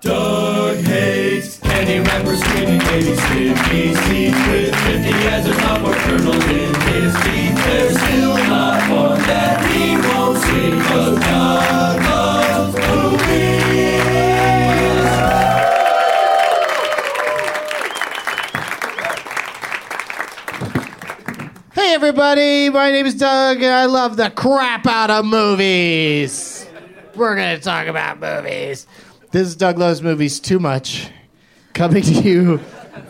Doug hates any rapper screaming 80s Sydney seats with 50 as an upward turtle in his teeth. There's still not one that he won't see 'cause God loves movies. Hey everybody, my name is Doug and I love the crap out of movies. We're going to talk about movies. This is Doug Loves Movies Too Much, coming to you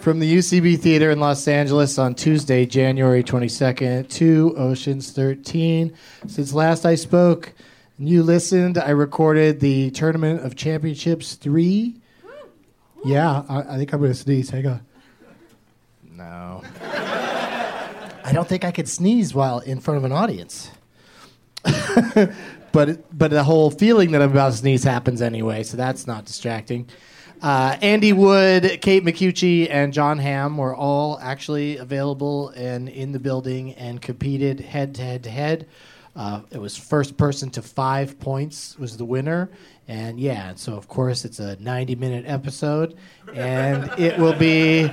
from the UCB Theater in Los Angeles on Tuesday, January 22nd to Oceans 13. Since last I spoke and you listened, I recorded the Tournament of Championships 3. Yeah, I, I think I'm going to sneeze. Hang on. No. I don't think I could sneeze while in front of an audience. but but the whole feeling that I'm about to sneeze happens anyway, so that's not distracting. Uh, Andy Wood, Kate McCucci, and John Hamm were all actually available and in the building and competed head to head to head. Uh, it was first person to five points was the winner, and yeah, so of course it's a 90 minute episode, and it will be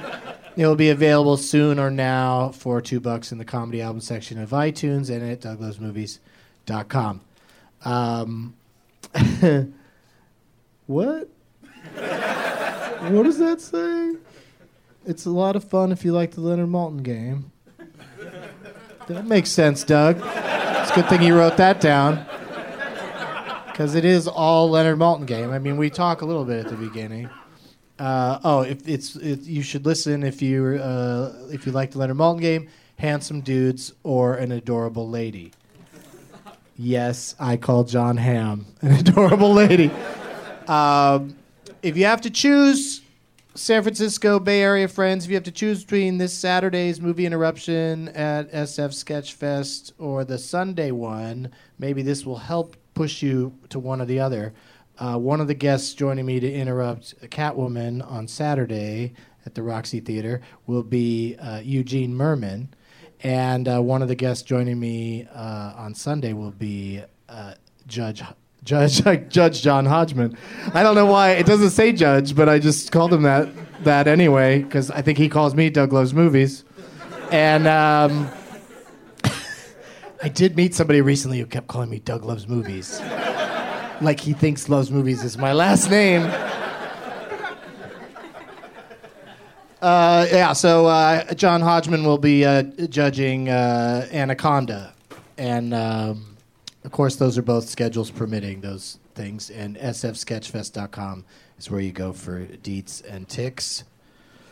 it will be available soon or now for two bucks in the comedy album section of iTunes and at douglasmovies.com. Um, what? what does that say? It's a lot of fun if you like the Leonard Malton game. That makes sense, Doug. It's a good thing you wrote that down. Because it is all Leonard Malton game. I mean, we talk a little bit at the beginning. Uh, oh, if it's it, you should listen if you uh, if you like the Leonard Maltin game, handsome dudes or an adorable lady. yes, I call John Hamm an adorable lady. Um, if you have to choose, San Francisco Bay Area friends, if you have to choose between this Saturday's movie interruption at SF Sketch Fest or the Sunday one, maybe this will help push you to one or the other. Uh, one of the guests joining me to interrupt Catwoman on Saturday at the Roxy Theater will be uh, Eugene Merman. And uh, one of the guests joining me uh, on Sunday will be uh, Judge. Judge Judge John Hodgman. I don't know why it doesn't say Judge, but I just called him that that anyway because I think he calls me Doug Loves Movies. And um, I did meet somebody recently who kept calling me Doug Loves Movies. like he thinks Loves Movies is my last name. Uh, yeah, so uh, John Hodgman will be uh, judging uh, Anaconda. And um, of course, those are both schedules permitting those things. And sfsketchfest.com is where you go for deets and ticks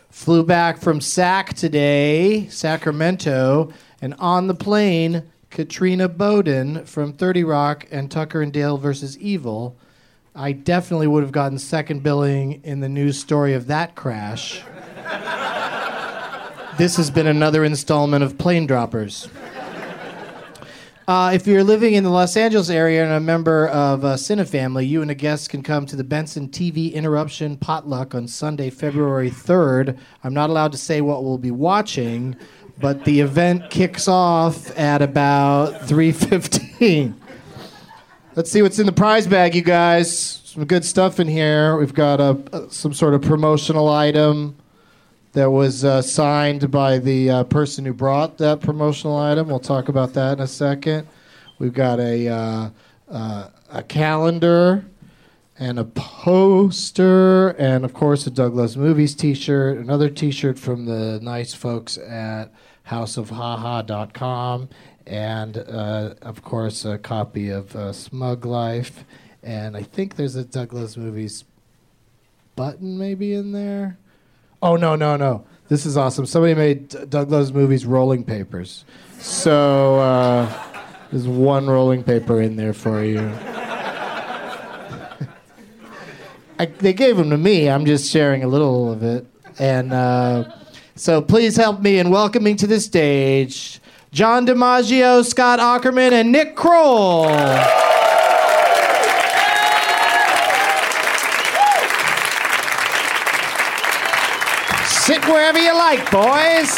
flew back from SAC today, Sacramento, and on the plane, Katrina Bowden from 30 Rock and Tucker and Dale versus Evil. I definitely would have gotten second billing in the news story of that crash. this has been another installment of Plane Droppers. Uh, if you're living in the Los Angeles area and a member of uh, Cine Family, you and a guest can come to the Benson TV Interruption Potluck on Sunday, February 3rd. I'm not allowed to say what we'll be watching, but the event kicks off at about 3:15. Let's see what's in the prize bag, you guys. Some good stuff in here. We've got a, uh, some sort of promotional item that was uh, signed by the uh, person who brought that promotional item. We'll talk about that in a second. We've got a uh, uh, a calendar and a poster, and of course a Douglas Movies T-shirt, another T-shirt from the nice folks at HouseOfHaha.com, and uh, of course a copy of uh, Smug Life, and I think there's a Douglas Movies button maybe in there. Oh no no no! This is awesome. Somebody made D- Doug Loves Movies rolling papers, so uh, there's one rolling paper in there for you. I, they gave them to me. I'm just sharing a little of it, and uh, so please help me in welcoming to the stage John DiMaggio, Scott Ackerman, and Nick Kroll. Sit wherever you like, boys.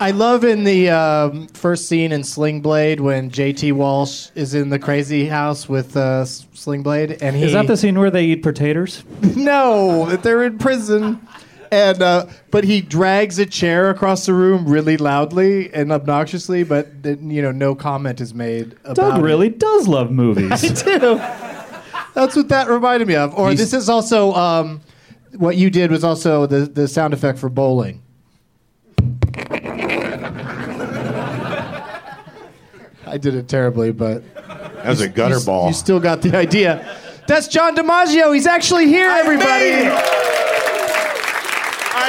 I love in the um, first scene in Sling Blade when JT Walsh is in the crazy house with uh, S- Sling Blade, and he Is that the scene where they eat potatoes? no, that they're in prison. And uh, but he drags a chair across the room really loudly and obnoxiously, but th- you know no comment is made about. Doug it. really does love movies. I do. That's what that reminded me of. Or this is also um, what you did was also the the sound effect for bowling. I did it terribly, but That was a gutter ball. you still got the idea. That's John DiMaggio. He's actually here, everybody. made it.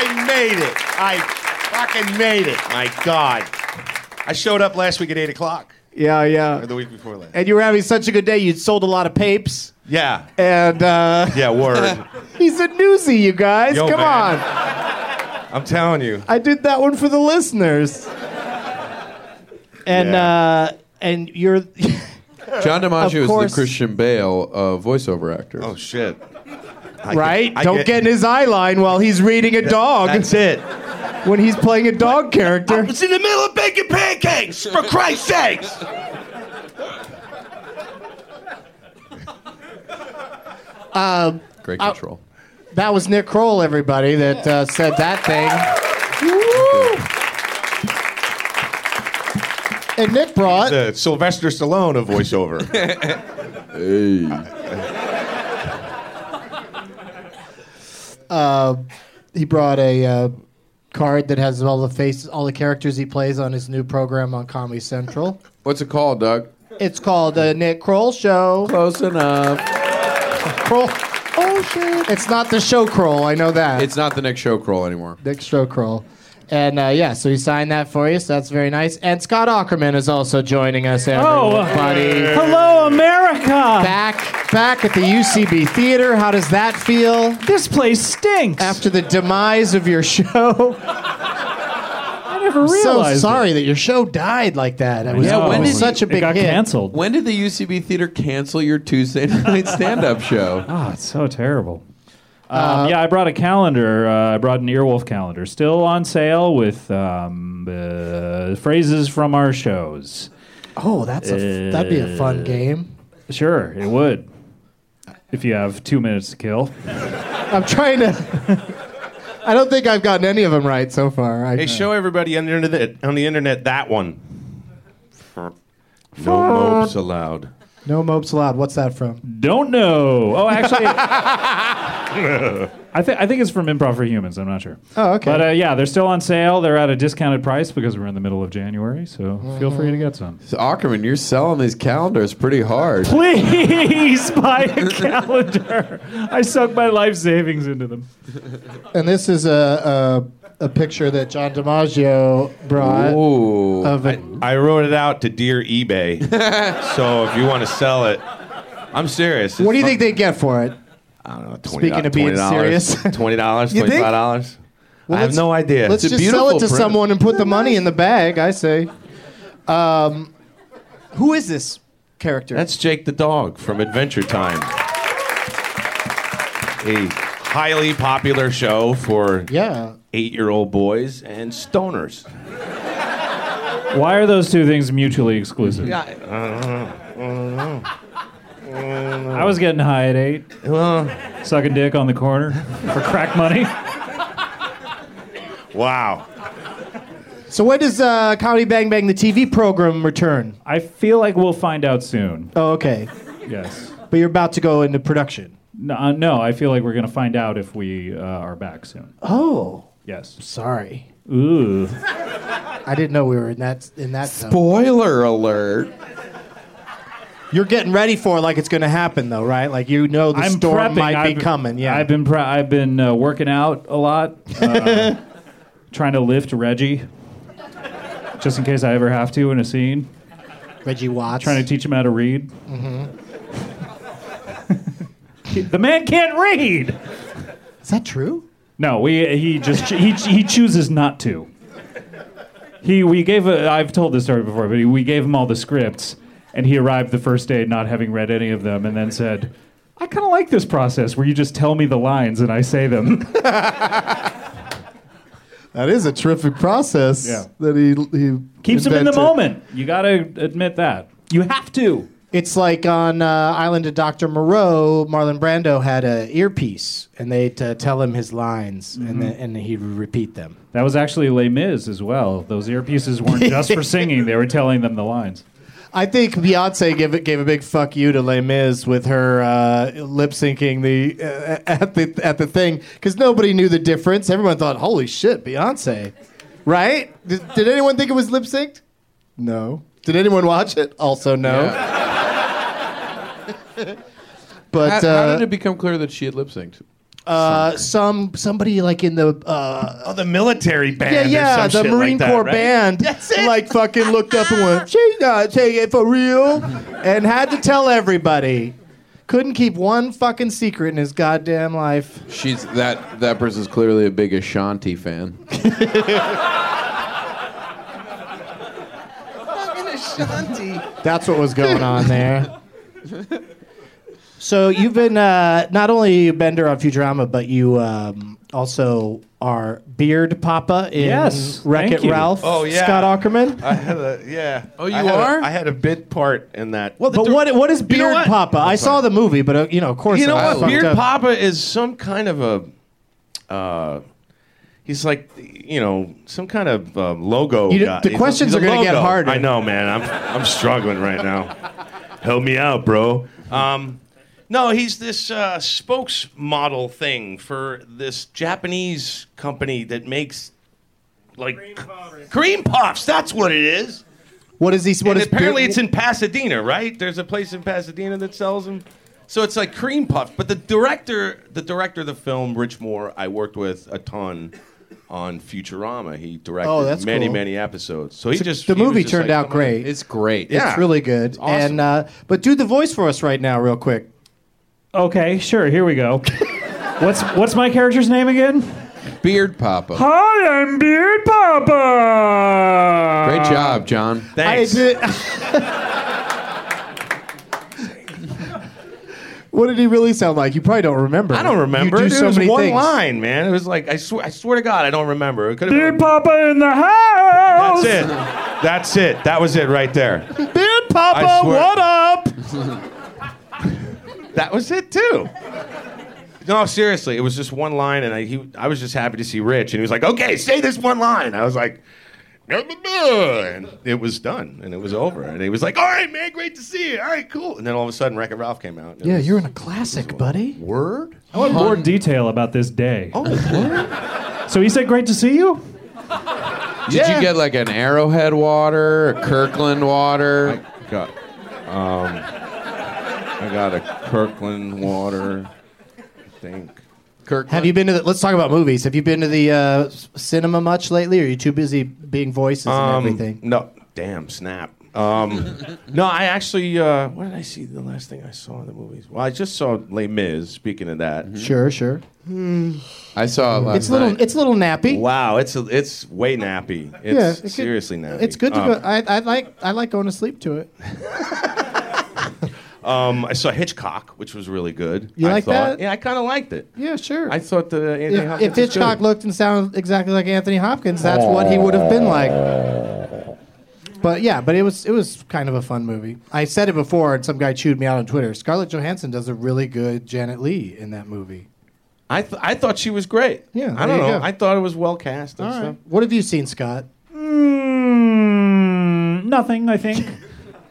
I made it. I fucking made it. My God. I showed up last week at 8 o'clock, Yeah, yeah. or the week before last. And you were having such a good day. You sold a lot of papes, Yeah. and uh, Yeah, word. he's a newsie, you guys. Yo, Come man. on. I'm telling you. I did that one for the listeners. And Yeah. uh, and you're John DiMaggio is course. the Christian Bale of voiceover actor. Oh, shit. I right. I Don't get, in his eye line while he's reading a dog That's it. when he's playing a dog character. It's in the middle of baking pancakes, for Christ's sakes. Um, uh, Great control. That was Nick Kroll, everybody, that uh, said that thing. And Nick brought The Sylvester Stallone of voiceover. he brought a uh, card that has all the faces, all the characters he plays on his new program on Comedy Central. What's it called, Doug? It's called the Nick Kroll Show. Close enough. Kroll. Oh shit! It's not the show Kroll. I know that. It's not the next show crawl anymore. Nick Strohkroll. And uh, yeah, so he signed that for Oh, you, so that's very nice. And Scott Ackerman is also joining us, everybody. Hello, America. Back, back at the UCB Theater. How does that feel This place stinks. after the demise of your show? I never I'm so realized. it. sorry that your show died like that. It was Yeah, it when was did such a it big got hit. canceled? When did the UCB Theater cancel your Tuesday night stand-up show? Ah, it's so terrible. um, yeah, I brought a calendar. Uh, I brought an Earwolf calendar, still on sale with um, uh, phrases from our shows. Oh, that's a, that'd be a fun game. Sure, it would. If you have two minutes to kill, I'm trying to. I don't think I've gotten any of them right so far. I, Hey, show everybody on the internet, on the internet that one. No mopes allowed. no mopes allowed. What's that from? don't know. Oh, actually, I think I think it's from Improv for Humans. I'm not sure. Oh, okay. But uh, yeah, they're still on sale. They're at a discounted price because we're in the middle of January. So feel free to get some. So, Ackerman, you're selling these calendars pretty hard. Please buy a calendar. I sunk my life savings into them. and this is a, a a picture that John DiMaggio brought Ooh. of a I wrote it out to dear eBay. so if you want to sell it, I'm serious. What do you think they get for it? I don't know. 20, Speaking of being serious. twenty dollars, You think? twenty-five dollars. Well, I have let's- no idea. Let's It's a just sell it to beautiful print. someone and put the money in the bag. I say. Um, who is this character? That's Jake the dog from Adventure Time. A highly popular show for yeah. eight-year-old boys and stoners. Why are those two things mutually exclusive? Yeah, I- I don't know. I was getting high at eight, Well, sucking dick on the corner for crack money. wow. So when does uh, Comedy Bang Bang the TV program return? I feel like we'll find out soon. Oh, okay. Yes. But you're about to go into production. No, uh, no I feel like we're going to find out if we uh, are back soon. Oh, Yes. sorry. Ooh. I didn't know we were in that in that. zone. Spoiler alert. You're getting ready for it like it's going to happen, though, right? Like you know the I'm storm prepping. might I've, be coming. Yeah. I've been, pre- I've been uh, working out a lot, uh, trying to lift Reggie, just in case I ever have to in a scene. Reggie Watts. Trying to teach him how to read. Mm-hmm. the man can't read. is that true? No, we he just he he chooses not to. He we gave a, I've told this story before, but he, we gave him all the scripts, and he arrived the first day not having read any of them, and then said, "I kind of like this process where you just tell me the lines and I say them." That is a terrific process. Yeah. That he he Keeps him in the moment. You gotta admit that. You have to. It's like on uh, Island of Dr. Moreau, Marlon Brando had a earpiece, and they'd uh, tell him his lines, Mm-hmm. and then, and he'd repeat them. That was actually Les Mis as well. Those earpieces weren't just for singing; they were telling them the lines. I think Beyonce gave it- gave a big fuck you to Les Mis with her uh, lip syncing the uh, at the at the thing because nobody knew the difference. Everyone thought, "Holy shit, Beyonce!" Right? Did, did anyone think it was lip synced? No. Did anyone watch it? Also, no. Yeah. But How, how uh, did it become clear that she had lip synked? uh, some somebody like in the uh, Oh, the military band. Yeah, yeah, or the some shit like Marine that, Corps right? band. Like fucking looked up and went, "She's not taking it for real," and had to tell everybody. Couldn't keep one fucking secret in his goddamn life. She's that that person's clearly a big Ashanti fan. That's what was going on there. So you've been uh, not only a bender on Futurama, but you um, also are beard papa in Yes, Wreck It thank you. Ralph. Oh, yeah. Scott Ackerman. I had a yeah. Oh, you I had are? A, I had a bit part in that. Well, But what what is beard what? papa? I saw the movie, but uh, you know, of course, You know I what? fucked Beard up. Papa is some kind of a. Uh, he's like, you know, some kind of uh, logo You- guy. the He's a- questions he's a are gonna get logo. harder. I know, man. I'm I'm struggling right now. Help me out, bro. Um, no, he's this uh, spokesmodel thing for this Japanese company that makes like cream puffs. That's what it is. What is he? What and is apparently beard- it's in Pasadena, right? There's a place in Pasadena that sells them. So it's like cream puff. But the director, the director of the film, Rich Moore, I worked with a ton. on Futurama. He directed Oh, that's many, cool. many episodes. So he just the he was movie just turned like, out "Come on." great. It's great. Yeah. It's- It's really good. awesome. And uh, but do the voice for us right now, real quick. Okay, sure. Here we go. What's what's my character's name again? Beard Papa. Hi, I'm Beard Papa. Great job, John. Thanks. what did he really sound like? You probably don't remember. I don't remember. You do It so was many one things. line, man. It was like I, sw- I swear to God, I don't remember. It could have Beard been. Papa in the house. That's it. Oh. That's it. That was it right there. Beard Papa, I swear. what up? That was it too. No, seriously, it was just one line, and I he, I was just happy to see Rich, and he was like, "Okay, say this one line." I was like, "Blah, blah, blah," and it was done, and it was over, and he was like, "All right, man, great to see you. All right, cool." And then all of a sudden, Wreck-It Ralph came out. and it Yeah, was- you're in a classic, buddy. word. I want more detail about this day. Oh, so he said, "Great to see you." Did you get like an Arrowhead water, a Kirkland water? Got, um, I got a Kirkland water. I think. Kirkland. Have you been to the, let's talk about movies. Have you been to the uh, s- cinema much lately? Or are you too busy being voices and everything? Um, No, damn, snap. Um, no, I actually. Uh, what did I see? The last thing I saw in the movies. Well, I just saw Les Mis. Speaking of that, Sure, sure. I saw it last It's little night. it's a little nappy. wow, it's a, it's way nappy. It's Yeah, it could- seriously nappy. It's good to Um, go. I, I like I like going to sleep to it. Um, I saw Hitchcock, which was really good. You I like thought. that? Yeah, I kind of liked it. Yeah, sure. I thought the Anthony if, Hopkins if was good. Hitchcock looked and sounded exactly like Anthony Hopkins, that's what he would have been like. But yeah, but it was it was kind of a fun movie. I said it before, and some guy chewed me out on Twitter. Scarlett Johansson does a really good Janet Lee in that movie. I th- I thought she was great. Yeah, I there don't you know. go. I thought it was well cast and All stuff. right. What have you seen, Scott? Mm, nothing, I think.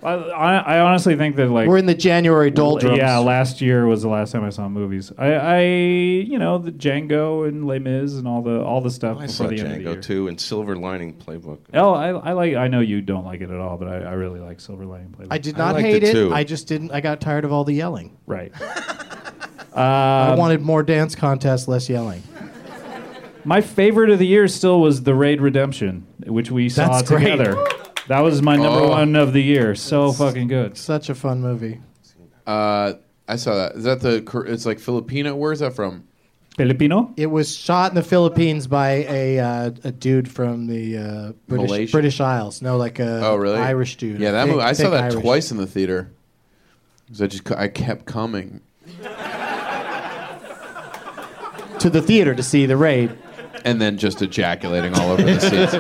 I, I I honestly think that like We're in the January doldrums. Yeah, last year was the last time I saw movies. I, I you know, the Django and Les Mis and all the all the stuff Oh, I before saw the end of the Django year. too and Silver Lining Playbook. Oh, I, I like. I know you don't like it at all, but I, I really like Silver Lining Playbook. I did not liked hate it, it. too. I just didn't. I got tired of all the yelling. Right. I wanted more dance contests, less yelling. My favorite of the year still was The Raid Redemption, which we saw That's great. together. That was my number Oh. one of the year. So fucking good. Such a fun movie. Uh, I saw that. Is that the? Kor- It's like Filipino. Where's that from? Filipino? It was shot in the Philippines by a uh, a dude from the uh, British, Malaysia? British Isles. No, like a Oh, really? Irish dude. Yeah, that Thick- movie. I saw thick that Irish. twice in the theater. 'Cause I just c- I kept coming, to the theater to see the raid. and then just ejaculating all over the seats.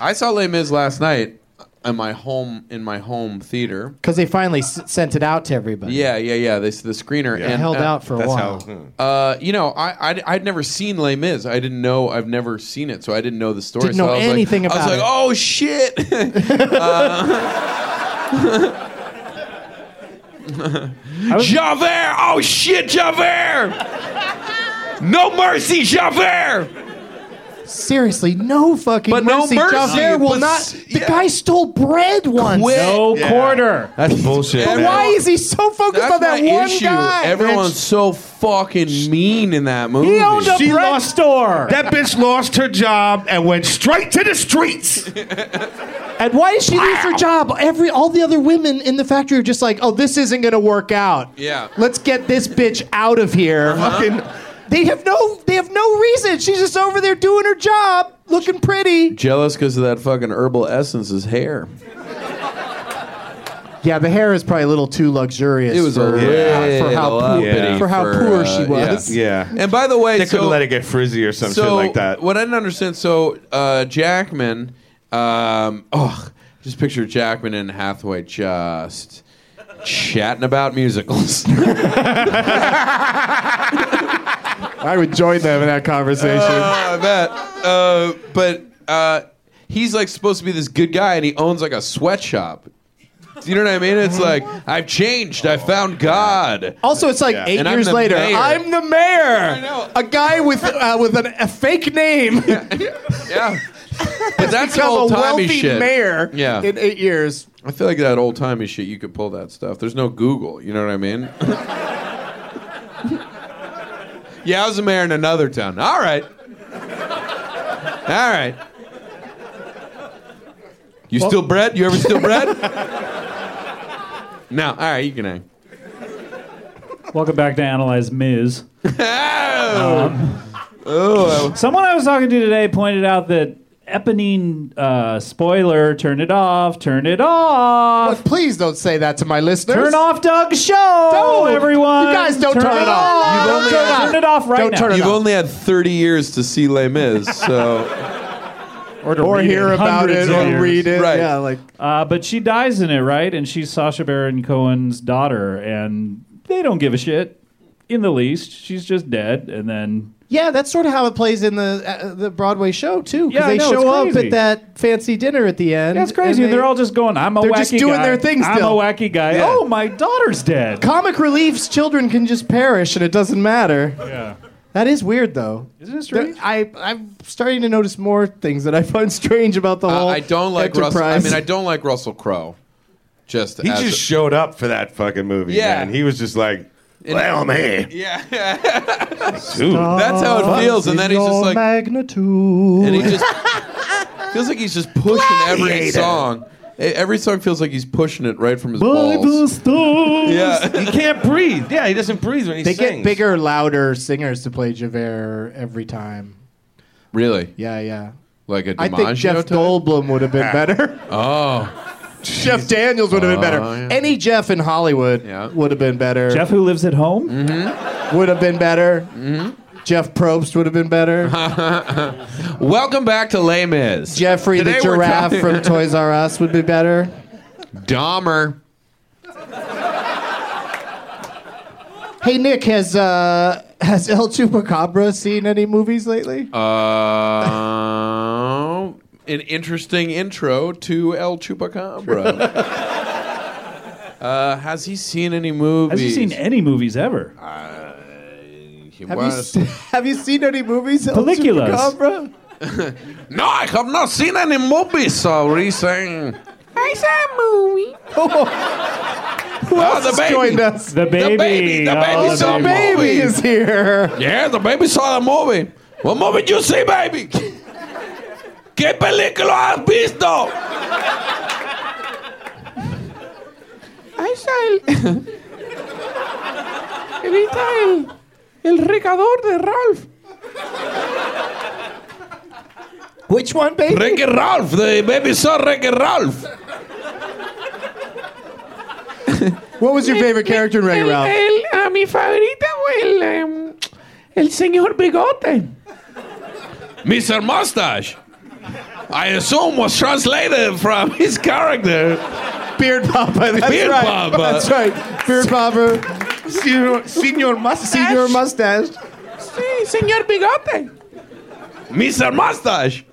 I saw Les Mis last night in my home in my home theater. Because they finally s- sent it out to everybody. Yeah, yeah, yeah. They s- the screener I and held uh, out for a That's while. how. hmm. Uh, you know, I I'd, I'd never seen Les Mis. I didn't know. I've never seen it, so I didn't know the story. Didn't so know I was like- anything I was about like, it. oh shit. Uh, I was- Javert! Oh shit, Javert! No mercy, Javert! Seriously, no fucking But no mercy. mercy, Javert will but not. s- The yeah. guy stole bread once. Quit. no Yeah. quarter. That's bullshit. But man. Why is he so focused That's on that my one issue. guy? Everyone's so fucking mean in that movie. He owned a She bread lost- store. That bitch lost her job and went straight to the streets. And why did she lose her job? Every all the other women in the factory are just like, oh, this isn't gonna work out. Yeah. Let's get this bitch out of here. Uh-huh. Fucking They have no they have no reason. She's just over there doing her job, looking pretty. Jealous because of that fucking herbal essence's hair. Yeah, the hair is probably a little too luxurious. It was for, a yeah, yeah, for how poor uppity for how for, poor uh, she was. yeah. And by the way, They so, couldn't let it get frizzy or some shit so like that. What I didn't understand, so uh, Jackman, um, oh, just picture Jackman and Hathaway just chatting about musicals. I would join them in Oh, that conversation. Uh, I bet. Uh, but uh, he's like supposed to be this good guy, and he owns like a sweatshop. Do you know what I mean? It's like I've changed. I found God. also, it's like eight And I'm years the later. mayor. I'm the mayor. know. A guy with uh, with an, a fake name. Yeah, but that's become a old timey wealthy shit. mayor Yeah. in eight years. I feel like that old timey shit. You could pull that stuff. There's no Google. You know what I mean? yeah, I was a mayor in another town. All right. All right. You steal bread? You ever steal bread? no. All right, you can hang. Welcome back to Analyze Miz. Oh. oh. Someone I was talking to today pointed out that Eponine uh, spoiler. Turn it off. Turn it off. please don't say that to my listeners. Turn off Doug's show, Don't. everyone. You guys don't turn it off. You don't turn, turn it off. it off right Don't now. turn it You've off. only had 30 years to see Les Mis, so Or, to or read hear about it Hundreds of or years. read it. Right. Yeah, like Uh, but she dies in it, right? And she's Sasha Baron Cohen's daughter, and they don't give a shit in the least. She's just dead, and then yeah, that's sort of how it plays in the uh, the Broadway show too. 'cause Yeah, I they know, it's show up crazy. at that fancy dinner at the end. that's crazy. and And they, are all just going, "I'm a They're wacky just doing guy. their thing I'm still." a wacky guy. Yeah. Oh, my daughter's dead. comic relief's children can just perish and it doesn't matter. yeah. That is weird though. Isn't it There- strange? I I'm starting to notice more things that I find strange about the I, whole. I don't like enterprise. Russell. I mean, I don't like Russell Crowe. Just He as just a- showed up for that fucking movie. Yeah. man. he was just like, "Well, man, yeah. dude, Oh, That's how it feels, and then he's just Your like, magnitude. and he just feels like he's just pushing every Gladiator. song. E- Every song feels like he's pushing it right from his Bible balls. stones. Yeah. He can't breathe. Yeah, he doesn't breathe when he They sings. get bigger, louder singers to play Javert every time. really? Yeah, yeah. Like a I DiMaggio think Jeff type? Goldblum would have been better. Oh, Jeff Daniels would have been better. Oh, yeah. Any Jeff in Hollywood Yeah. would have been better. Jeff, who lives at home, Mm-hmm. would have been better. Mm-hmm. Jeff Probst would have been better. welcome back to Les Mis. Jeffrey the Today we're giraffe talking- from Toys R Us would be better. Dahmer. Hey Nick, has uh, has El Chupacabra seen any movies lately? Uh, an interesting intro to El Chupacabra. uh, has he seen any movies? has he seen any movies ever? He have, you, was- se- have you seen any movies? El Películas. Chupacabra? No, I have not seen any movies. Sorry, saying. I saw a movie. Who Ah, else the has baby. joined us? The baby, baby, the oh, baby oh, saw the baby movie. is here. Yeah, the baby saw the movie. What movie did you see, baby? ¿Qué película has visto? I saw el... Evita el... El recador de Ralph. Which one, baby? Ricky Ralph. The baby saw Ricky Ralph. What was your favorite character in Wreck-It Ralph? a mi favorita fue el, el señor bigote. Mr. Mustache. I assume was translated from his character. Beard Papa. That's Beard right. Papa. That's right. Beard Papa. Senior, senior mustache. Senior mustache. Sí, señor bigote. Mr. Mustache.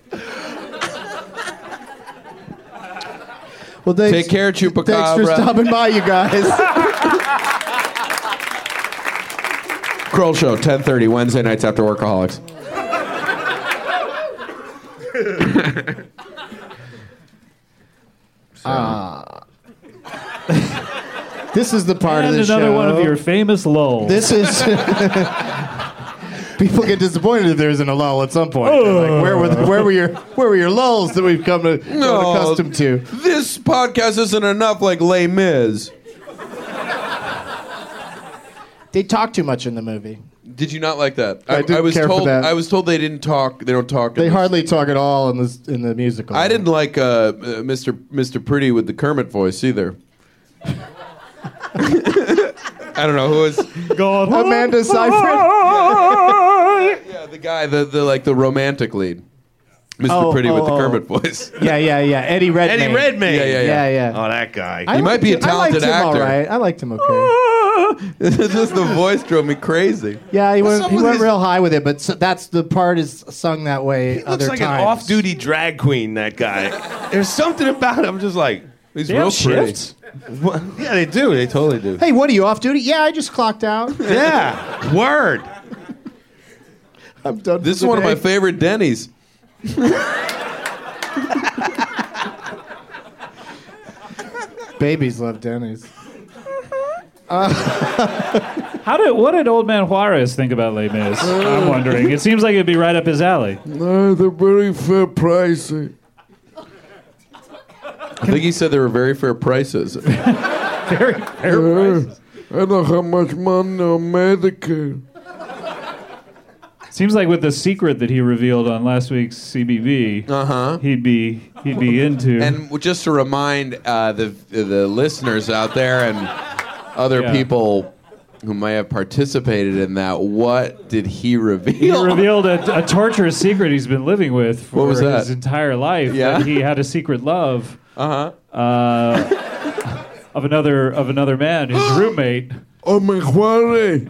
Well, thanks, Take care, Chupacabra. Thanks for stopping by, you guys. Kroll Show, 1030, Wednesday nights after Workaholics. this is the part And of the another show. one of your famous lulls. This is. People get disappointed if there isn't a lull at some point. They're Like, where were the, where were your where were your lulls that we've come to grown accustomed to? This podcast isn't enough like Les Mis. They talk too much in the movie. Did you not like that? I didn't was care for told that. I was told they didn't talk. They don't talk. in They this. hardly talk at all in the in the musical. I didn't like uh, uh, Mr. Mr. Pretty with the Kermit voice either. I don't know who is. God, Amanda Seyfried. Yeah, the guy, the, the like the romantic lead, Mr. Oh, Pretty with oh, the oh. Kermit voice. Yeah, yeah, yeah. Eddie Redmayne. Eddie Redmayne. Yeah, yeah, Yeah, yeah. Oh, that guy. I He might liked be a him- I liked talented him actor. All right. I liked him okay. Just the voice drove me crazy. Yeah, he What's went, up he with went his- real high with it, but so that's the part is sung that way He other looks like times. an off-duty drag queen. That guy. There's something about him. I'm just like, He's They real have pretty. shifts. what? yeah, they do. They totally do. Hey, what are you off duty? Yeah, I just clocked out. Yeah. Word. Oh, I'm done. This is one of my favorite Denny's. babies love Denny's. How did what did old man Juarez think about Les Mis? I'm wondering. It seems like it'd be right up his alley. No, they're very fair pricing. I think he said they were very fair prices. Yeah. I don't know how much money on Medicare. Seems like with the secret that he revealed on last week's CBV, uh-huh. he'd be he'd be into. And just to remind uh, the the listeners out there and other Yeah. people who may have participated in that, what did he he reveal? revealed a, a torturous secret he's been living with for What was that? his entire life. Yeah? Uh-huh. that he had a secret love uh, of another of another man, his roommate. Oh, my Juarez.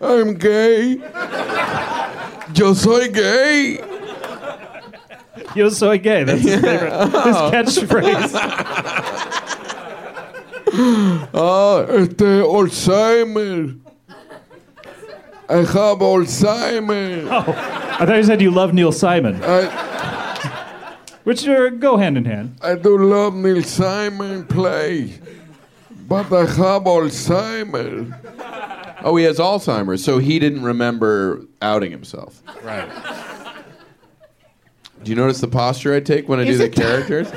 I'm gay. Yo soy gay. Yo soy gay. That's his favorite. His catchphrase. Oh. Este Alzheimer. I have Alzheimer. I thought you said you love Neil Simon, Uh, I, which uh, go hand in hand. I do love Neil Simon play, but I have Alzheimer. oh, he has Alzheimer's, so he didn't remember outing himself. Right. Do you notice the posture I take when I Is do the it- characters?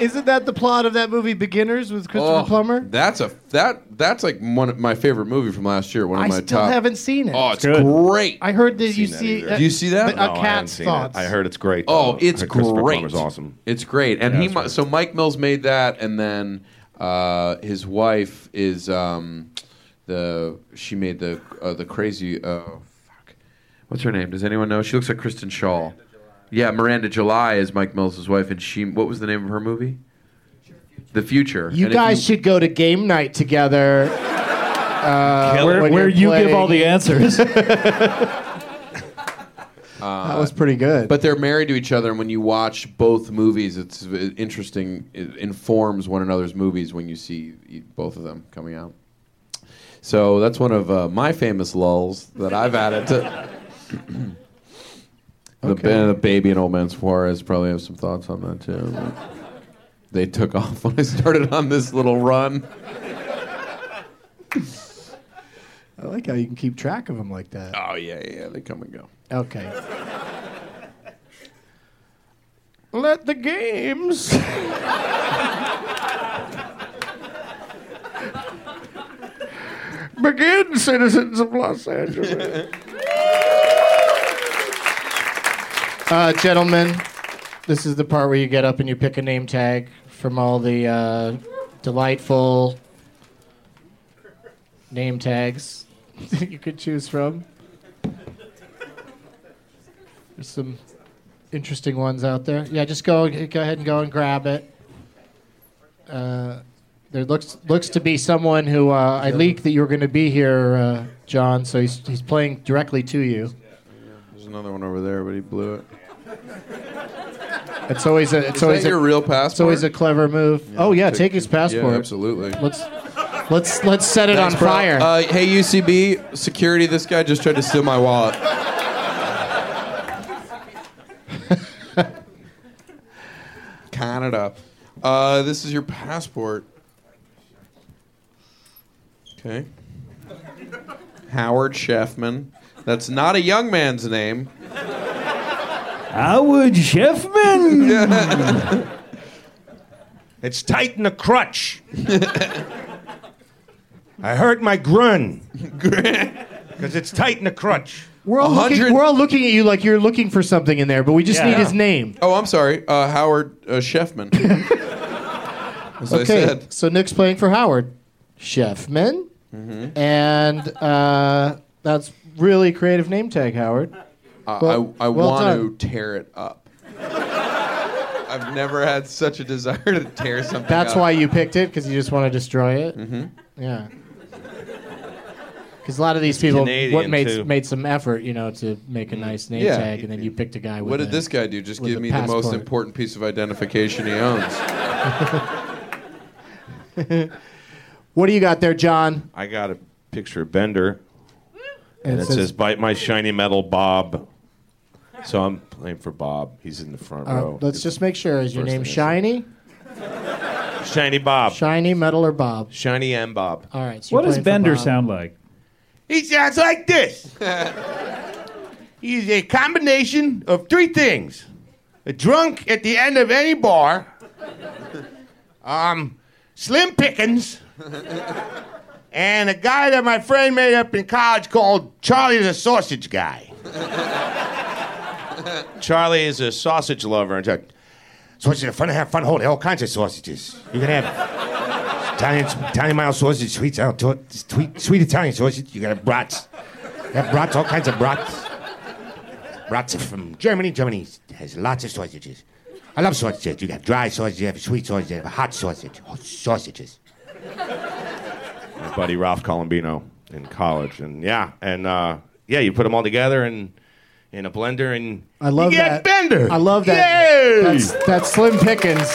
Isn't that the plot of that movie Beginners with Christopher Oh, Plummer? That's a that that's like one of my favorite movie from last year. One of I my still top. haven't seen it. Oh, it's Good. great. I heard that you that see. either. Do you see that? but No, a I haven't cat's seen it. thoughts. I heard it's great. Oh, though. I it's heard Christopher great. Plummer's awesome. It's great. And he it's mi- so Mike Mills made that, and then uh, his wife is um, the she made the uh, the crazy uh, fuck. What's her name? Does anyone know? She looks like Kristen Shaw. Yeah, Miranda July is Mike Mills' wife, and she. What was the name of her movie? The future. You And if guys should go to game night together. Uh, Where, when you're where you give playing- all the answers. that was pretty good. But they're married to each other, and when you watch both movies, it's v- interesting. It informs one another's movies when you see e- both of them coming out. So that's one of uh, my famous lulls that I've added to. the, ba- the baby and old man Suarez probably have some thoughts on that too. They took off when I started on this little run. I like how you can keep track of them like that. Oh yeah, yeah, they come and go. Okay. Let the games. Begin, citizens of Los Angeles. Uh, gentlemen, this is the part where you get up and you pick a name tag from all the uh, delightful name tags that you could choose from. There's some interesting ones out there. Yeah, just go go ahead and go and grab it. Uh, there looks looks to be someone who uh, I leaked that you were going to be here, uh, John. So he's he's playing directly to you. There's another one over there, but he blew it. It's always a it's Is always that a, your real passport? It's always a clever move. oh yeah, take, his passport. Yeah, absolutely. Let's let's let's set it Thanks, on bro. fire. Uh, hey, UCB security, this guy just tried to steal my wallet. Canada. Uh, this is your passport. Okay. Howard Sheffman. That's not a young man's name. Howard Sheffman. It's tight in the crutch. I hurt my grun. Because it's tight in the crutch. we're all hundred- looking, we're all looking at you like you're looking for something in there, but we just Yeah. need his name. Oh, I'm sorry. Uh, Howard uh, Sheffman. As I Okay, said. so Nick's playing for Howard Sheffman, Mm-hmm. and uh, that's really creative name tag, Howard. Well- I, I well want done. to tear it up. I've never had such a desire to tear something That's up. why you picked it because you just want to destroy it. Mm-hmm. Yeah. Because a lot of these people, what Canadian, too. made made some effort, you know, to make a nice name Mm-hmm. Yeah. tag, and then you picked a guy with. What did a- this guy do? Just with give a me the most passport. important piece of identification he owns. What do you got there, John? I got a picture of Bender, and it says, Bite my shiny metal Bob. So I'm playing for Bob. He's in the front Uh, row. let's just make sure. Is your First name thing I see. Shiny? Shiny Bob. Shiny, metal, or Bob? Shiny and Bob. All right. So What you're does playing for Bender Bob. sound like? He sounds like this. He's a combination of three things: a drunk at the end of any bar, um, slim pickings, and a guy that my friend made up in college called Charlie the Sausage Guy. Charlie is a sausage lover. And Chuck, Sausage are fun to have fun holding all kinds of sausages. You can have Italian Italian mild sausage, sweet, uh, sweet, sweet Italian sausage. You can have brats. You have brats, all kinds of brats. Brats are from Germany. Germany has lots of sausages. I love sausages. You have dry sausage, you have sweet sausage, you have hot sausage. Oh, sausages. my buddy Ralph Colombino in college, and yeah, and uh, yeah, you put them all together and in a blender, and I love you get that. Bender. I love Yay! that. That's, that's Slim Pickens.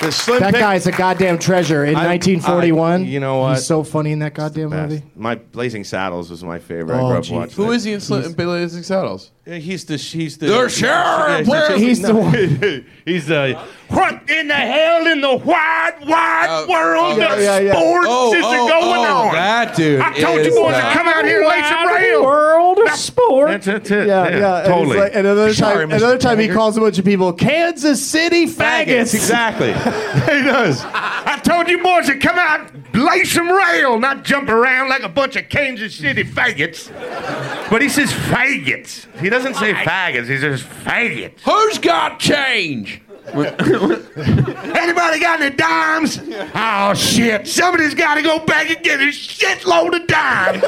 the slim That pick- guy's a goddamn treasure. In I- 1941, I- you know what? He's so funny in that goddamn Best. movie. My Blazing Saddles was my favorite. I Oh, grew up gee. watching. Who it. is he in Slim Blazing Saddles? Yeah, He's the he's the The sheriff! Yeah, He's the one. he's the What in the hell in the wide, wide Oh, world yeah, of yeah, yeah. sports Oh, is oh, going oh, on? that dude. I told you is boys that- to come out here and lay some rail. World of sport. that's, that's it. Yeah, yeah. and it's totally. like- and another Sorry, time, Mr. another time he Taggart. calls a bunch of people Kansas City faggots. Exactly. he does. I told you boys to come out, lay some rail, not jump around like a bunch of Kansas City faggots. But he says faggots. He doesn't say faggots. He says faggots. Who's got change? Anybody got any dimes? Oh shit! Somebody's got to go back and get a shitload of dimes.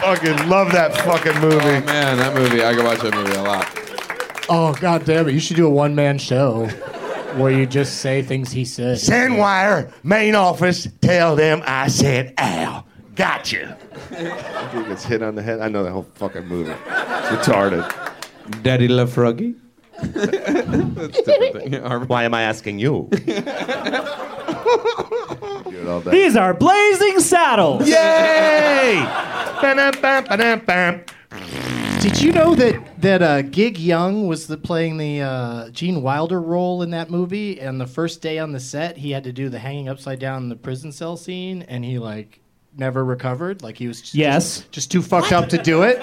fucking love that fucking movie. Man, that movie. I could watch that movie a lot. Oh god damn it! You should do a one man show where you just say things he said. Send wire, main office. Tell them I said Al. Gotcha. He gets hit on the head. I know that whole fucking movie. It's retarded. Daddy Love Froggy. That's a different thing. Our- Why am I asking you? These are blazing saddles. Yay! Ba-dum-bum-ba-dum-bum. Did you know that that uh, Gig Young was the, playing the uh, Gene Wilder role in that movie? And the first day on the set, he had to do the hanging upside down in the prison cell scene, and he like never recovered. Like he was just, Yes. just too fucked up to do it.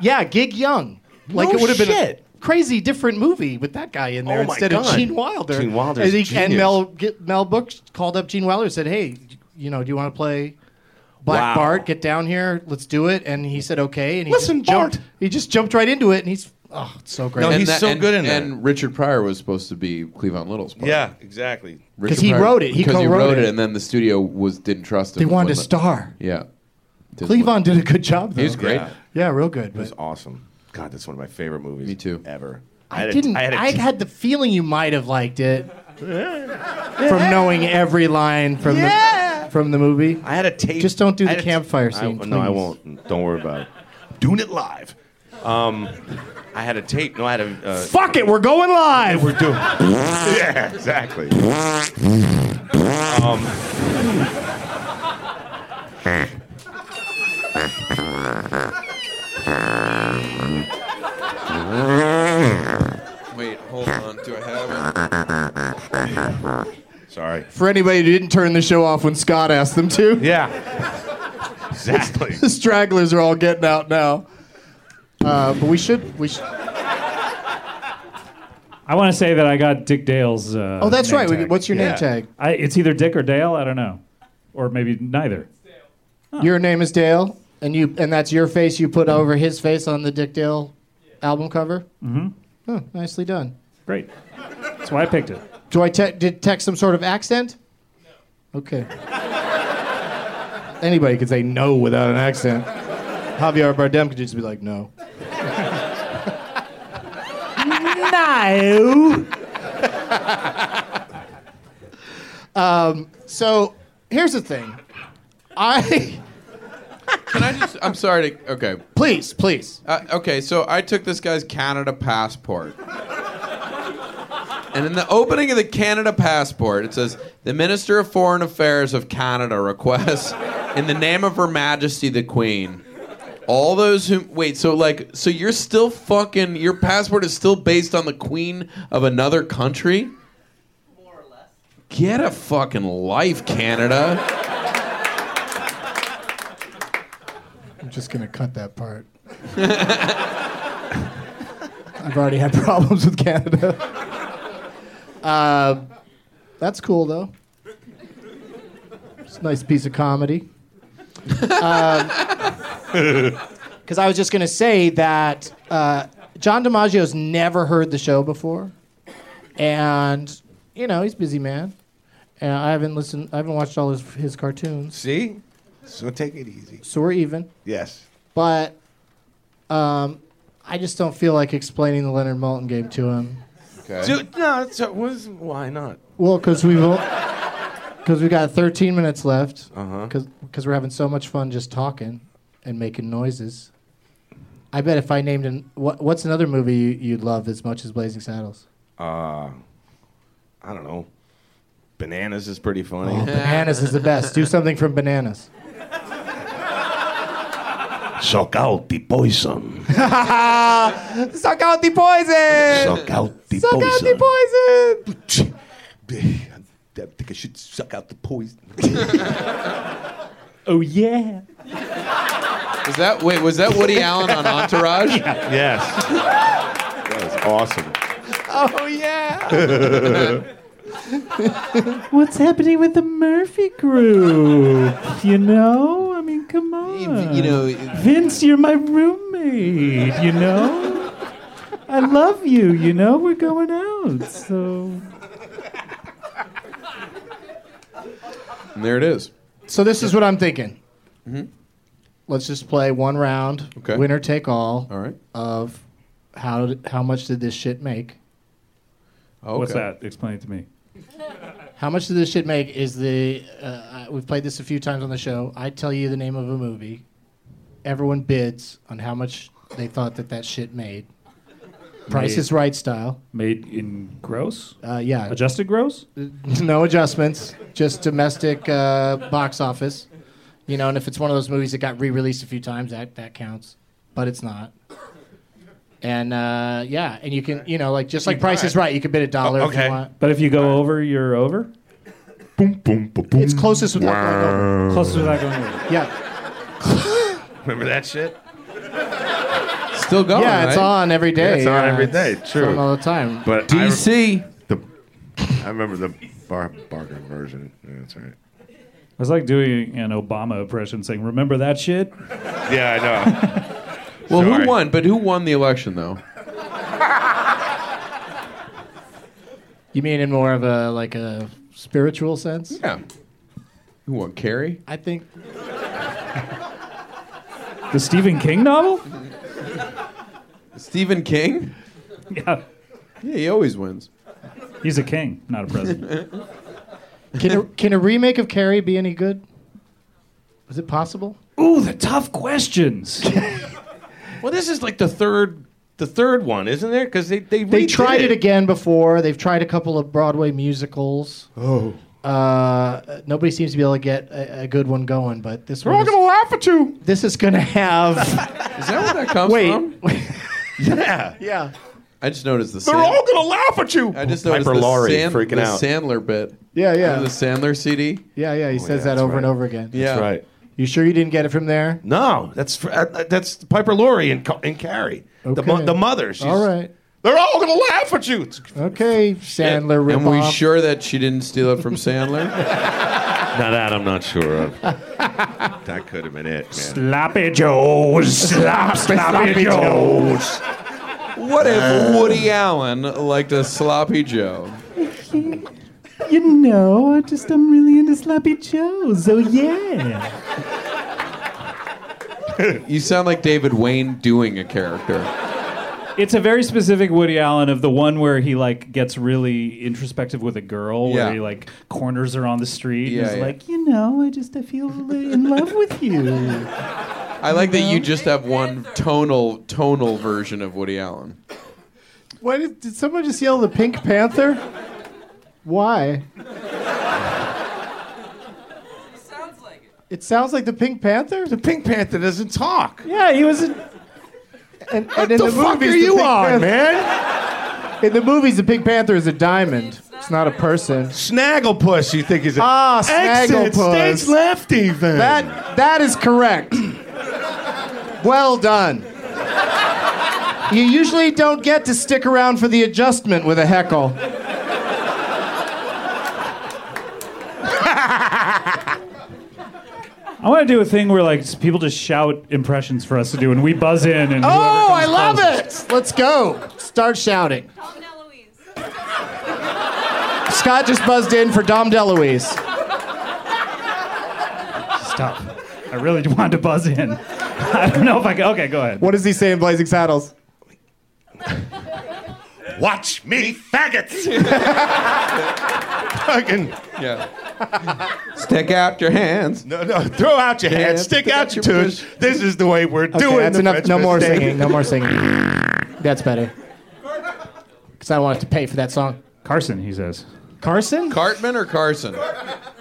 Yeah, Gig Young. Like No it would have been a shit. crazy different movie with that guy in there Oh my instead of God. Gene Wilder. Gene Wilder's and, he, and genius. Mel Ge- Mel Brooks called up Gene Wilder and said, "Hey, you know, do you want to play Black Wow. Bart? Get down here, let's do it." And he said, "Okay." And he Listen, just jumped, Bart. He just jumped right into it, and he's oh, it's so great No, and he's that- so and- good in that. And Richard Pryor was supposed to be Cleavon Little's part. Yeah, exactly. Richard he Pryor- wrote it. He because co-wrote wrote it. and then the studio was didn't trust him. they wanted a Wouldn't let- star. Yeah. Didn't let- Cleavon did a good job. Though. He was great. Yeah. Yeah, real good. It was But awesome. God, that's one of my favorite movies. Me too. Ever. I had a- didn't. I I had, had a- the feeling you might have liked it from knowing every line from the from the movie. I had a tape. Just don't do I the had a t- campfire I- scene, no, I please. won't. Don't worry about it. Doing it live. Um, I had a tape. No, I had a. Uh, Fuck it, we're going live. we're doing. yeah, exactly. Um, Wait, hold on. Do I have sorry. For anybody who didn't turn the show off when Scott asked them to, Yeah. Exactly. the stragglers are all getting out now. Uh, but we should. We should. I want to say that I got Dick Dale's. Uh, Oh, that's name right. We, tag. what's your Yeah. name tag? I, it's either Dick or Dale. I don't know, or maybe neither. Your name is Dale, and you and that's your face you put over his face on the Dick Dale album cover. Mm-hmm. Oh, nicely done. Great. That's why I picked it. Do I te- detect some sort of accent? No. Okay. Anybody could say no without an accent. Javier Bardem could just be like, no. No. Um, So here's the thing. I Can I just? I'm sorry to. Okay. please, please. Uh, okay, so I took this guy's Canada passport. And in the opening of the Canada passport, it says, The Minister of Foreign Affairs of Canada requests, in the name of Her Majesty the Queen, all those who. Wait, so like, so you're still fucking. Your passport is still based on the Queen of another country? Get a fucking life, Canada. I'm just gonna cut that part. I've already had problems with Canada. Uh, that's cool though. It's a nice piece of comedy. Because I was just gonna say that uh, John DiMaggio's never heard the show before, and you know he's a busy man. And I haven't listened. I haven't watched all his, his cartoons, See? So take it easy. so we're even. Yes. but um, I just don't feel like explaining the Leonard Maltin game to him. Dude, no, it's, uh, what is- why not? Well, because we will, because we got 13 minutes left. Uh-huh. Because we're having so much fun just talking and making noises. I bet if I named an what, what's another movie you, you'd love as much as Blazing Saddles? I don't know. Bananas is pretty funny. Bananas is the best. Do something from Bananas. Oh, Suck out the poison. Suck out the poison. Suck out the Suck poison. out the poison. I think I should suck out the poison. Oh yeah. Is that wait? Was that Woody Allen on Entourage? yes. That was awesome. Oh yeah. What's happening with the Murphy group? You know? I mean, come on. You know, Vince, you're my roommate, you know? I love you, you know? We're going out. So and there it is. So this is what I'm thinking. Let's just play one round, Mm-hmm. Okay. winner take all, All right. of how did- how much did this shit make? Okay. What's that? Explain it to me. How much did this shit make? Is the uh, I- we've played this a few times on the show. I tell you the name of a movie. Everyone bids on how much they thought that that shit made. Price Made. is right style. Made in gross? Uh, yeah, Adjusted gross? no adjustments, just domestic uh, box office. You know, and if it's one of those movies that got re-released a few times, that that counts. But it's not. And uh, yeah, and you can, you know, like just like Price is Right, you can bid a dollar if okay. you want. But if you go over, you're over? Boom, boom, boom, boom. It's closest without going over. Closer to that going over. Yeah, Remember that shit? Still going? yeah, it's right? on every day. Yeah, it's on yeah. every day, It's true. on all the time. But I, re- DC. the, I remember the bar, Barker version. Yeah, that's right. I was like doing an Obama impression saying, Remember that shit? Yeah, I know. Well, Sorry. who won? But who won the election though? You mean in more of a like a spiritual sense? Yeah. Who won? Kerry. I think The Stephen King novel? Stephen King. Yeah. Yeah, he always wins. He's a king, not a president. can a, can a remake of Carrie be any good? Is it possible? Ooh, the tough questions. Well, this is like the third, the third one, isn't there? Because they they, They redid tried it again before. They've tried a couple of Broadway musicals. Oh. Uh, nobody seems to be able to get a, a good one going, but this one. is- laugh at you. this is going to have. Is that where that comes Wait. from? yeah. yeah. I just noticed the. They're Sand- all gonna laugh at you. I just noticed Piper the, Laurie Sand- freaking the out. Sandler bit. Yeah, Yeah. The yeah. Sandler CD. Yeah, yeah. He says Oh, yeah, that over that's and right. over again. Yeah. That's right. You sure you didn't get it from there? No, that's fr- uh, that's Piper Laurie and, Co- and Carrie. The, mo- Okay. the mother. She's, All right. They're all gonna laugh at you. It's- Okay, Sandler And we ripoff. sure that she didn't steal it from Sandler? Now that I'm not sure of. that could have been it, man. Sloppy Joes. Slop, sloppy Joes. what if Woody Allen liked a sloppy Joe? You know, I just I'm really into sloppy joes. Oh yeah. You sound like David Wayne doing a character. It's a very specific Woody Allen of the one where he like gets really introspective with a girl, Yeah. where he like corners her on the street Yeah, and is yeah. like, you know, I just I feel really in love with you. I like that you just have one tonal tonal version of Woody Allen. Why did, did someone just yell the Pink Panther? Why? Sounds like it. It sounds like the Pink Panther? The Pink Panther doesn't talk. Yeah, he was. In, and, and in the, the, fuck movies, are the you Pink on, Panther- man? In the movies, the Pink Panther is a diamond. It's not a person. Snagglepuss, you think is a Ah, Exit, snagglepuss. stage left even. That that is correct. well done. You usually don't get to stick around for the adjustment with a heckle. I want to do a thing where like s- people just shout impressions for us to do, and we buzz in. And Oh, I love it. Let's go. Start shouting. Scott just buzzed in for Dom DeLuise. Stop. I really wanted to buzz in. I don't know if I can. Okay, go ahead. What does he say in Blazing Saddles? Watch me, faggots. Fucking Yeah. Stick out your hands. no, no, throw out your hands, stick out your tush. This is the way we're Okay, doing that's the enough. French no more mistake. singing. No more singing. That's better. Because I don't want to have to pay for that song. Carson, he says. Carson? Cartman or Carson?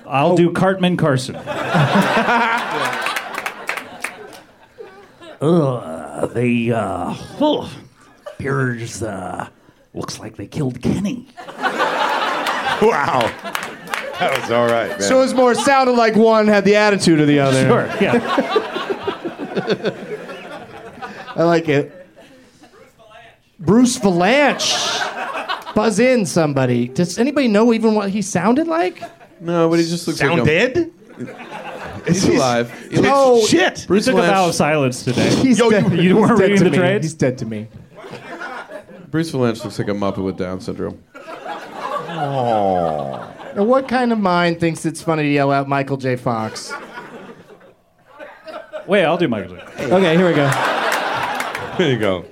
I'll do Cartman Carson. Uh, they, uh, oh, Beers, uh, looks like they killed Kenny. Wow. That was all right, man. So it was more sounded like one had the attitude of the other. Sure. Yeah. I like it. Bruce Valanche. Buzz in somebody. Does anybody know even what he sounded like? No, but he just looks Sound like a, dead? he's alive. He looks- Oh, Shit. We took a Lynch. vow of silence today. He's Yo, dead. you- you weren't He's dead reading to the me. trades? He's dead to me. Bruce Valanche looks like a Muppet with Down syndrome. Now, what kind of mind thinks it's funny to yell out Michael J. Fox? Wait, I'll do Michael. Jackson. Okay, here we go. There you go.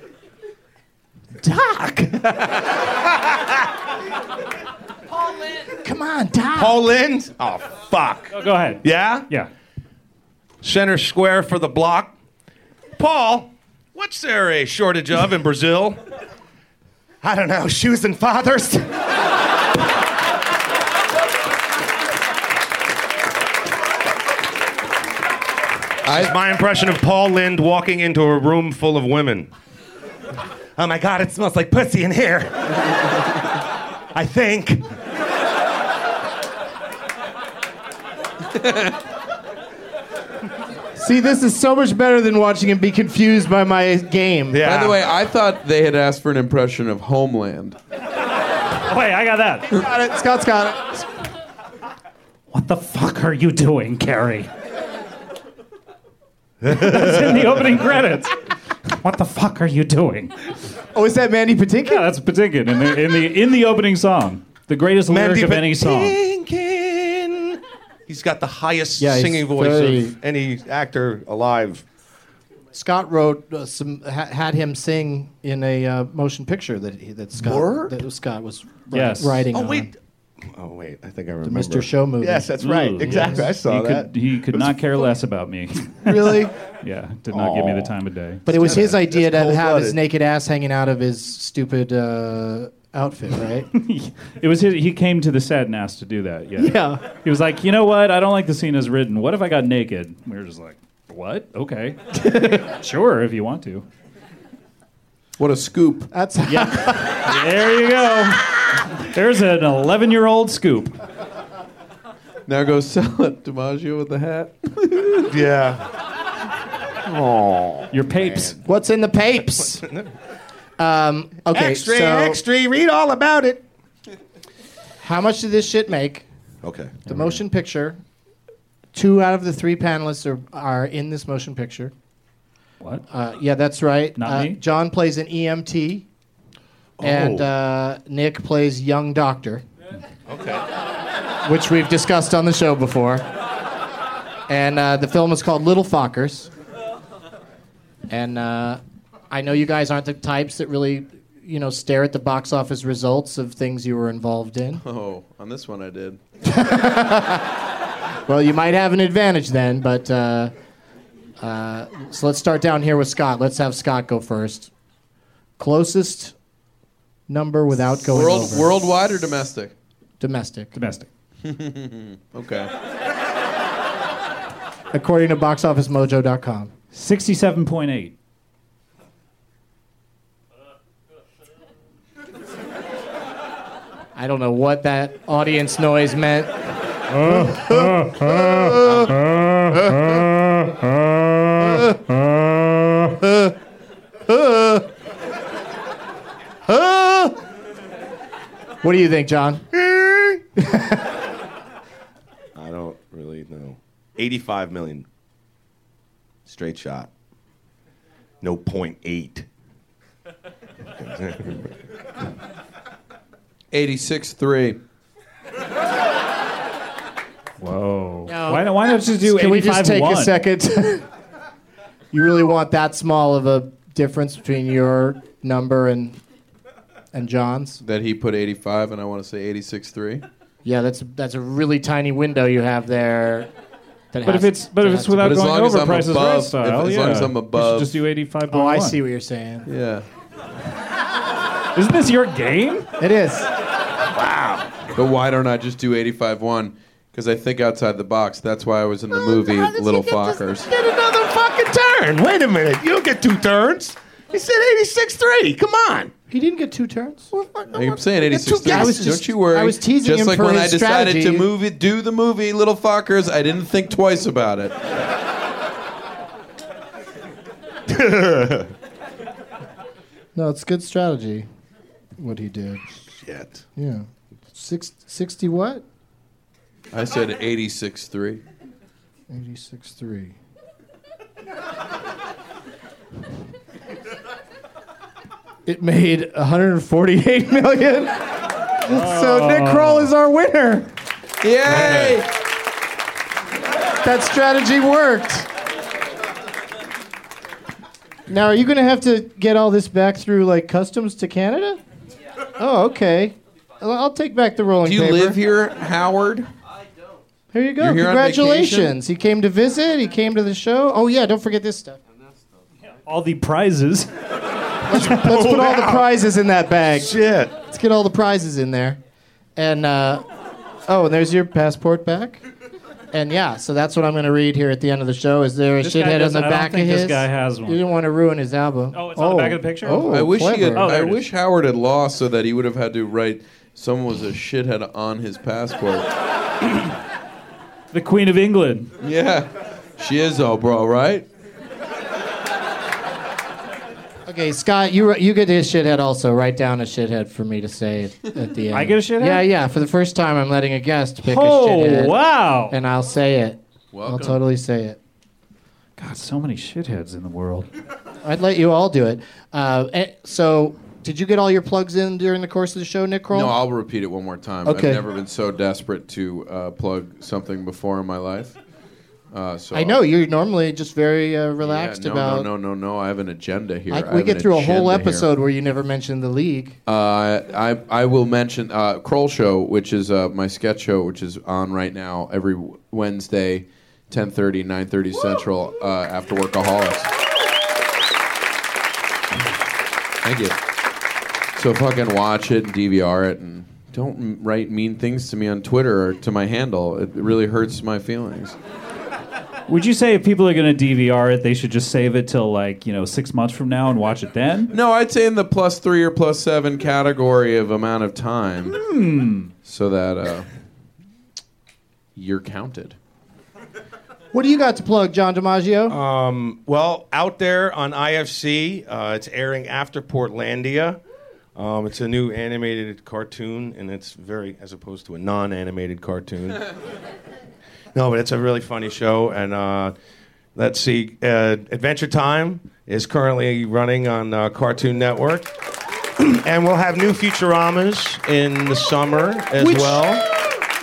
Come on, Doc. Paul Lynn? Oh, fuck. Oh, go ahead. Yeah? Yeah. Center square for the block. Paul, what's there a shortage of in Brazil? I don't know, shoes and fathers? It's my impression of Paul Lind walking into a room full of women. Oh my God, it smells like pussy in here. I think. See, this is so much better than watching him be confused by my game. Yeah. By the way, I thought they had asked for an impression of Homeland. Oh, wait, I got that. Got it. Scott's got it. What the fuck are you doing, Carrie? that's in the opening credits. What the fuck are you doing? Oh, is that Mandy Yeah, Patinkin? that's Patinkin in the in the in the opening song. The greatest lyric Mandy of any song. Patinkin. He's got the highest Yeah, he's singing voice very- of any actor alive. Scott wrote uh, some, ha- had him sing in a uh, motion picture that he, that Scott Word? that Scott was wri- Yes. writing. Oh on. wait. Oh wait, I think I remember. Mr. Show movie. Yes, that's right. Ooh, exactly. yes. I saw he that. Could, he could not care less about me. really. yeah, did not give me the time of day. But it was his idea to have his cold-blooded. naked ass hanging out of his stupid uh, outfit, right? It was his, he came to the set and asked to do that. Yeah. Yeah. He was like, you know what? I don't like the scene as written. What if I got naked? We were just like, what? Okay. sure, if you want to. What a scoop. That's There you go. There's an 11 year old scoop. Now go sell it, DiMaggio with the hat. Yeah. Your papes. what's in the papes. Um, okay, extra, so extra. Read all about it. how much did this shit make? Okay. The motion picture. Two out of the three panelists are, are in this motion picture. What? Uh, yeah, that's right. Not Uh, me? John plays an EMT, and Oh. uh, Nick plays young doctor, Okay. which we've discussed on the show before. And uh, the film is called Little Fockers. And uh, I know you guys aren't the types that really, you know, stare at the box office results of things you were involved in. Oh, on this one I did. Well, you might have an advantage then, but uh, uh, so let's start down here with Scott. Let's have Scott go first. Closest number without going World, over. worldwide or domestic? domestic, Domestic. Okay. according to BoxOfficeMojo.com. 67.8. I I don't know what that audience noise meant. What do you think, John? I don't really know. 85 million. Straight shot. No point eight. 86 3. Whoa. No. Why, not- why not just do Can we just 85 take a one? second? you really want that small of a difference between your number and and John's? That he put 85, and I want to say 86 3. Yeah, that's that's a really tiny window you have there. that But if has- it's- but that if it's has to- without But as going long as over I'm Price is Right above, if- style, as long yeah. as I'm You should above. just do 85. Oh, I see what you're saying. Yeah. Isn't this your game? It is. But why don't I just do 85 1? Because I think outside the box. That's why I was in Oh, the movie Little Fockers. Get another fucking turn. Wait a minute. You don't get two turns. He said 86 3. Come on. He didn't get two turns. I'm saying 86 two guesses. I was Don't just- you worry. I was teasing Just him like for when his I decided strategy. to move it, do the movie Little Fockers, I didn't think twice about it. No, it's good strategy. What he did. Shit. Yeah. Six, 60 what? I said 86 3. 86 3. It made 148 million. So Nick Kroll is our winner. Yay! That strategy worked. Now, are you going to have to get all this back through like customs to Canada? Oh, okay. Well, I'll take back the rolling Do you paper. live here, Howard? Here you go. You're here on Congratulations. he came to visit. He came to the show. Oh, yeah. Don't forget this stuff. All the prizes. Let's put all the prizes in that bag. Shit. Let's get all the prizes in there. And, uh, oh, and there's your passport back. And yeah, so that's what I'm going to read here at the end of the show. Is there a This guy shithead on doesn't- the I don't back think of this his? guy has You one. didn't want to ruin his album. Oh, it's on the back of the picture? Oh, I wish he had, clever. Oh, there I it is. wish Howard had lost so that he would have had to write someone was a shithead on his passport. The Queen of England. yeah. She is all bro, right? Oh. Okay, Scott, you you get a shithead also. Write down a shithead for me to say at, at the end. I get a shithead? Yeah, yeah. For the first time, I'm letting a guest pick a Oh, shithead, wow. and I'll say it. I'll Welcome. totally say it. God, so many shitheads in the world. I'd let you all do it. Uh, eh, so, did you get all your plugs in during the course of the show, Nick Kroll? No, I'll repeat it one more time. Oh. Okay. I've never been so desperate to uh, plug something before in my life. Uh, so I know you're normally just very uh, relaxed Yeah, no, about. No, no, no, no. I have an agenda here. I, I we have get an through a whole agenda here. episode where you never mentioned the league. Uh, I I will mention uh, Kroll Show, which is uh, my sketch show, which is on right now every Wednesday, 10:30, 9:30 Central uh, after Workaholics. Thank you. So fucking watch it and DVR it and don't m- write mean things to me on Twitter or to my handle. It really hurts my feelings. Would you say if people are going to DVR it, they should just save it till like, you know, six months from now and watch it then? No, I'd say in the plus three or plus seven category of amount of time, Hmm. so that uh, you're counted. What do you got to plug, John DiMaggio? Uh, Well, out there on IFC, uh, it's airing after Portlandia. Um, it's a new animated cartoon, and it's very, as opposed to a non animated cartoon. no, but it's a really funny show. And uh, let's see, uh, Adventure Time is currently running on uh, Cartoon Network. and we'll have new Futuramas in the summer as Which- well.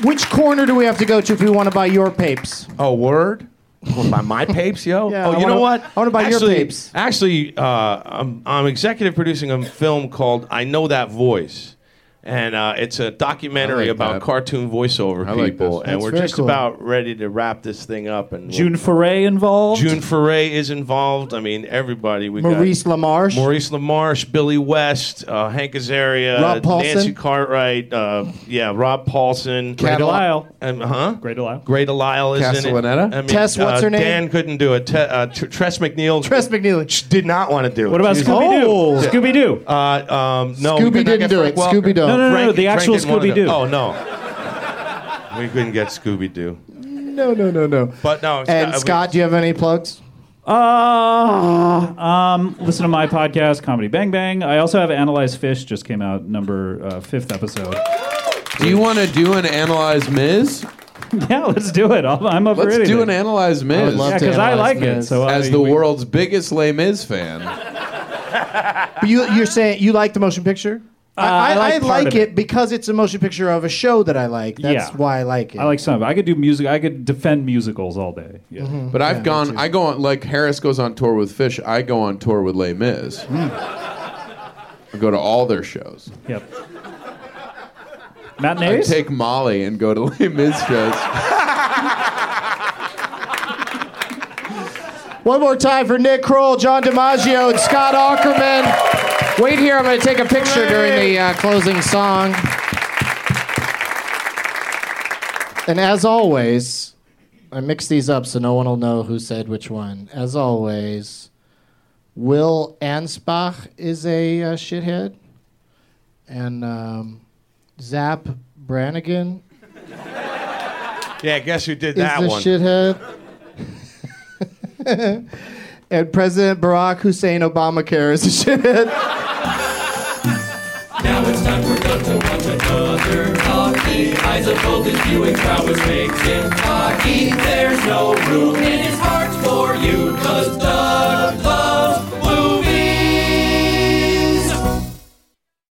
Which corner do we have to go to if we want to buy your papes? Oh, word? Wanna buy my papes, yo? Yeah, oh, I you wanna- know what? I wanna buy your Actually- papes. Actually, uh, I'm, I'm executive producing a film called I Know That Voice. And uh, it's a documentary like about that. cartoon voiceover I like people. this. and That's we're very just cool. about ready to wrap this thing up. And June Foray involved? June Foray is involved. I mean, everybody. We Maurice got LaMarche. Maurice LaMarche, Billy West, uh, Hank Azaria, Rob Paulson. Nancy Cartwright, uh, yeah, Rob Paulson, Great Lyle. um, huh? Great Lyle. Great Lyle is in Castellaneta? it. I mean, Tess, what's uh, her name? Dan couldn't do it. Te- uh, Tr- Tress McNeil. Tress McNeely. Sh- did not want to do it. What about She's- Scooby Doo? Oh. Scooby Doo. Uh, um, no, we Scooby could not didn't get do Frank it. Welker. Scooby Doo. No, no, no, Frank- no, the Frank actual didn't wanna do- Scooby-Doo. Oh no, we couldn't get Scooby Doo. No, no, no, no. But no, And Scott, do you have any plugs? Uh, um, listen to my podcast, Comedy Bang Bang. I also have Analyze Fish, just came out, number uh, fifth episode. Do you want to do an analyze Miz? yeah, let's do it. I'll, I'm up Let's for do anything. an analyze Miz. I would love Yeah, to 'cause I Analyze like it, Miz. so I as mean, the we- world's biggest Les Mis fan, But you, you're saying you like the motion picture? Uh, I like part it, of it. because it's a motion picture of a show that I like. That's Yeah. why I like it. I like some of it. I could do music. I could defend musicals all day. Yeah. but I've gone. I go on like Harris goes on tour with Fish. I go on tour with Les Mis. Hmm. I go to all their shows. Yep. I Matinees? take Molly and go to Les Mis shows. One more time for Nick Kroll, John DiMaggio, and Scott Ackerman. Wait here. I'm going to take a picture during the uh, closing song. And as always, I mix these up so no one will know who said which one. As always, Will Ansbach is a uh, shithead. And um, Zap Brannigan Yeah, guess who did is that the one? shithead. and President Barack Hussein Obamacare is a shithead. Now it's time for gun to watch another coffee. Eyes of voltage viewing prowess makes him cocky. There's no room in his heart for you, cause the